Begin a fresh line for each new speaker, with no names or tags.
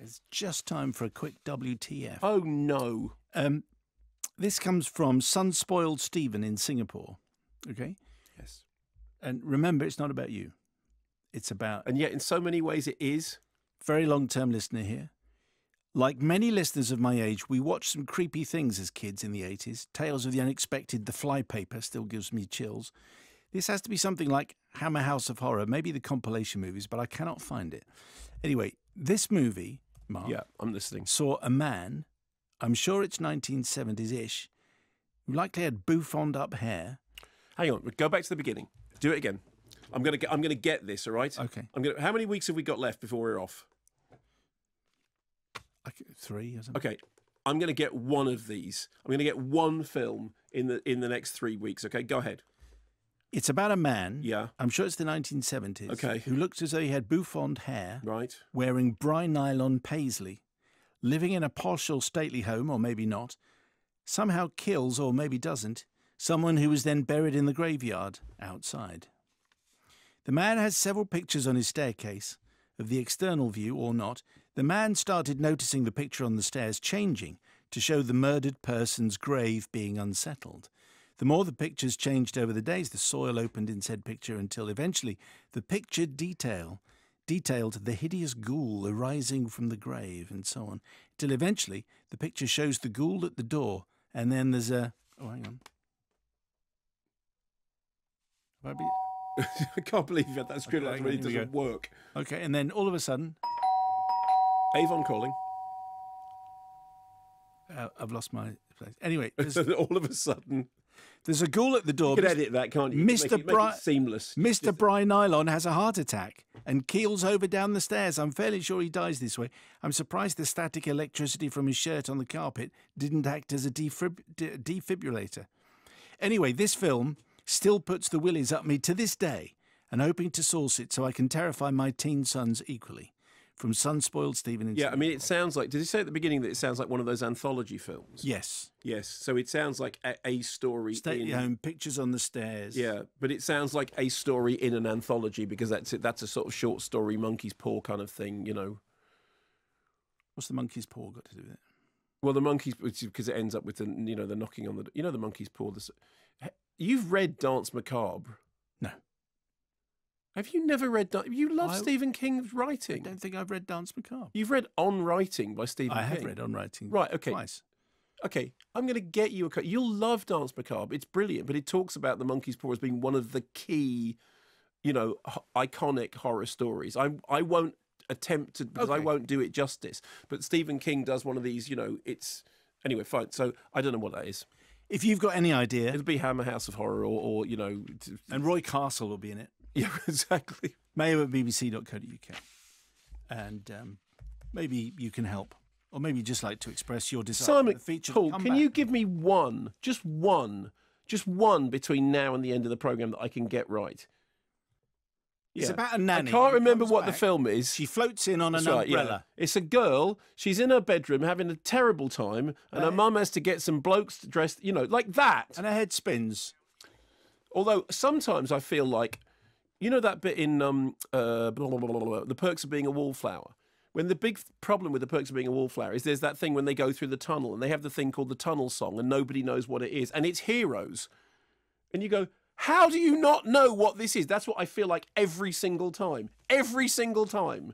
It's just time for a quick WTF.
Oh no.
Um, this comes from Sunspoiled Stephen in Singapore. Okay.
Yes.
And remember, it's not about you. It's about
And yet, in so many ways, it is.
very long term listener here. Like many listeners of my age, we watched some creepy things as kids in the 80s. Tales of the Unexpected, The Flypaper still gives me chills. This has to be something like Hammer House of Horror, maybe the compilation movies, but I cannot find it. Anyway, this movie, Mark,
Yeah, I'm listening.
saw a man, I'm sure it's 1970s ish, who likely had bouffant up hair.
Hang on. Go back to the beginning. Do it again. I'm gonna get. I'm gonna get this. All right.
Okay.
I'm gonna. How many weeks have we got left before we're off?
I c- Three or something.
Okay. I'm gonna get one of these. I'm gonna get one film in the in the next three weeks. Okay. Go ahead.
It's about a man.
Yeah.
I'm sure it's the 1970s.
Okay.
Who looks as though he had bouffant hair.
Right.
wearing bry nylon paisley, living in a posh or stately home, or maybe not, somehow kills, or maybe doesn't, someone who was then buried in the graveyard outside. The man has several pictures on his staircase, of the external view or not. The man started noticing the picture on the stairs changing to show the murdered person's grave being unsettled. The more the pictures changed over the days, the soil opened in said picture until eventually the picture detail detailed the hideous ghoul arising from the grave and so on, till eventually the picture shows the ghoul at the door, and then there's a. Oh, hang on. Have I been-
I can't believe that that script
Okay,
really
here we
doesn't work.
Okay, and then all of a sudden,
Avon calling.
uh, I've lost my place. Anyway, there's,
All of a sudden,
there's a ghoul at the door.
you can edit that, can't you?
Mr.
Make it, make
Bri-
it seamless.
Mr. Bry Nylon has a heart attack and keels over down the stairs. I'm fairly sure he dies this way. I'm surprised the static electricity from his shirt on the carpet didn't act as a defib- de- defibrillator. Anyway, this film still puts the willies up me to this day and hoping to source it so I can terrify my teen sons equally. From Sunspoiled Stephen in
Yeah, I
Sydney.
mean, it sounds like. Did you say at the beginning that it sounds like one of those anthology films?
Yes.
Yes. So it sounds like a, a story
Stay
in.
at home, pictures on the stairs.
Yeah, but it sounds like a story in an anthology because that's it. That's a sort of short story, monkey's paw kind of thing, you know.
What's the monkey's paw got to do with it?
Well, the monkeys because it ends up with the you know the knocking on the you know the monkey's paw. The, s- you've read Dance Macabre.
No.
Have you never read? Dan- You love
I-
Stephen King's
I
writing.
don't think I've read Dance Macabre.
You've read On Writing by Stephen
I
King.
have read on writing.
Right, okay.
Twice.
Okay, I'm going to get you a. co- You'll love Dance Macabre. It's brilliant, but it talks about the monkey's paw as being one of the key, you know, h- iconic horror stories. I I won't attempt to because I
Okay.
won't do it justice. But Stephen King does one of these. You know, it's anyway fine. So I don't know what that is.
If you've got any idea,
It'll be Hammer House of Horror or, or you know, t-
and Roy Castle will be in it,
yeah, exactly.
mayo at bbc.co.uk. And um, maybe you can help, or maybe you just like to express your desire for
Simon,
the feature. to
Paul,
come
can you
back.
give me one, just one, just one between now and the end of the program that I can get right?
It's
Yeah.
about a nanny.
I can't
who
remember
comes
what the
back.
film is.
She floats in on an
That's right, yeah.
umbrella.
It's a girl. She's in her bedroom having a terrible time, and her mum has to get some blokes dressed, you know, like that.
And her head spins.
Although sometimes I feel like, you know, that bit in um, uh, blah, blah, blah, blah, blah, The Perks of Being a Wallflower. When the big problem with The Perks of Being a Wallflower is there's that thing when they go through the tunnel and they have the thing called the tunnel song, and nobody knows what it is, and it's heroes. And you go, how do you not know what this is? That's what I feel like every single time. Every single time.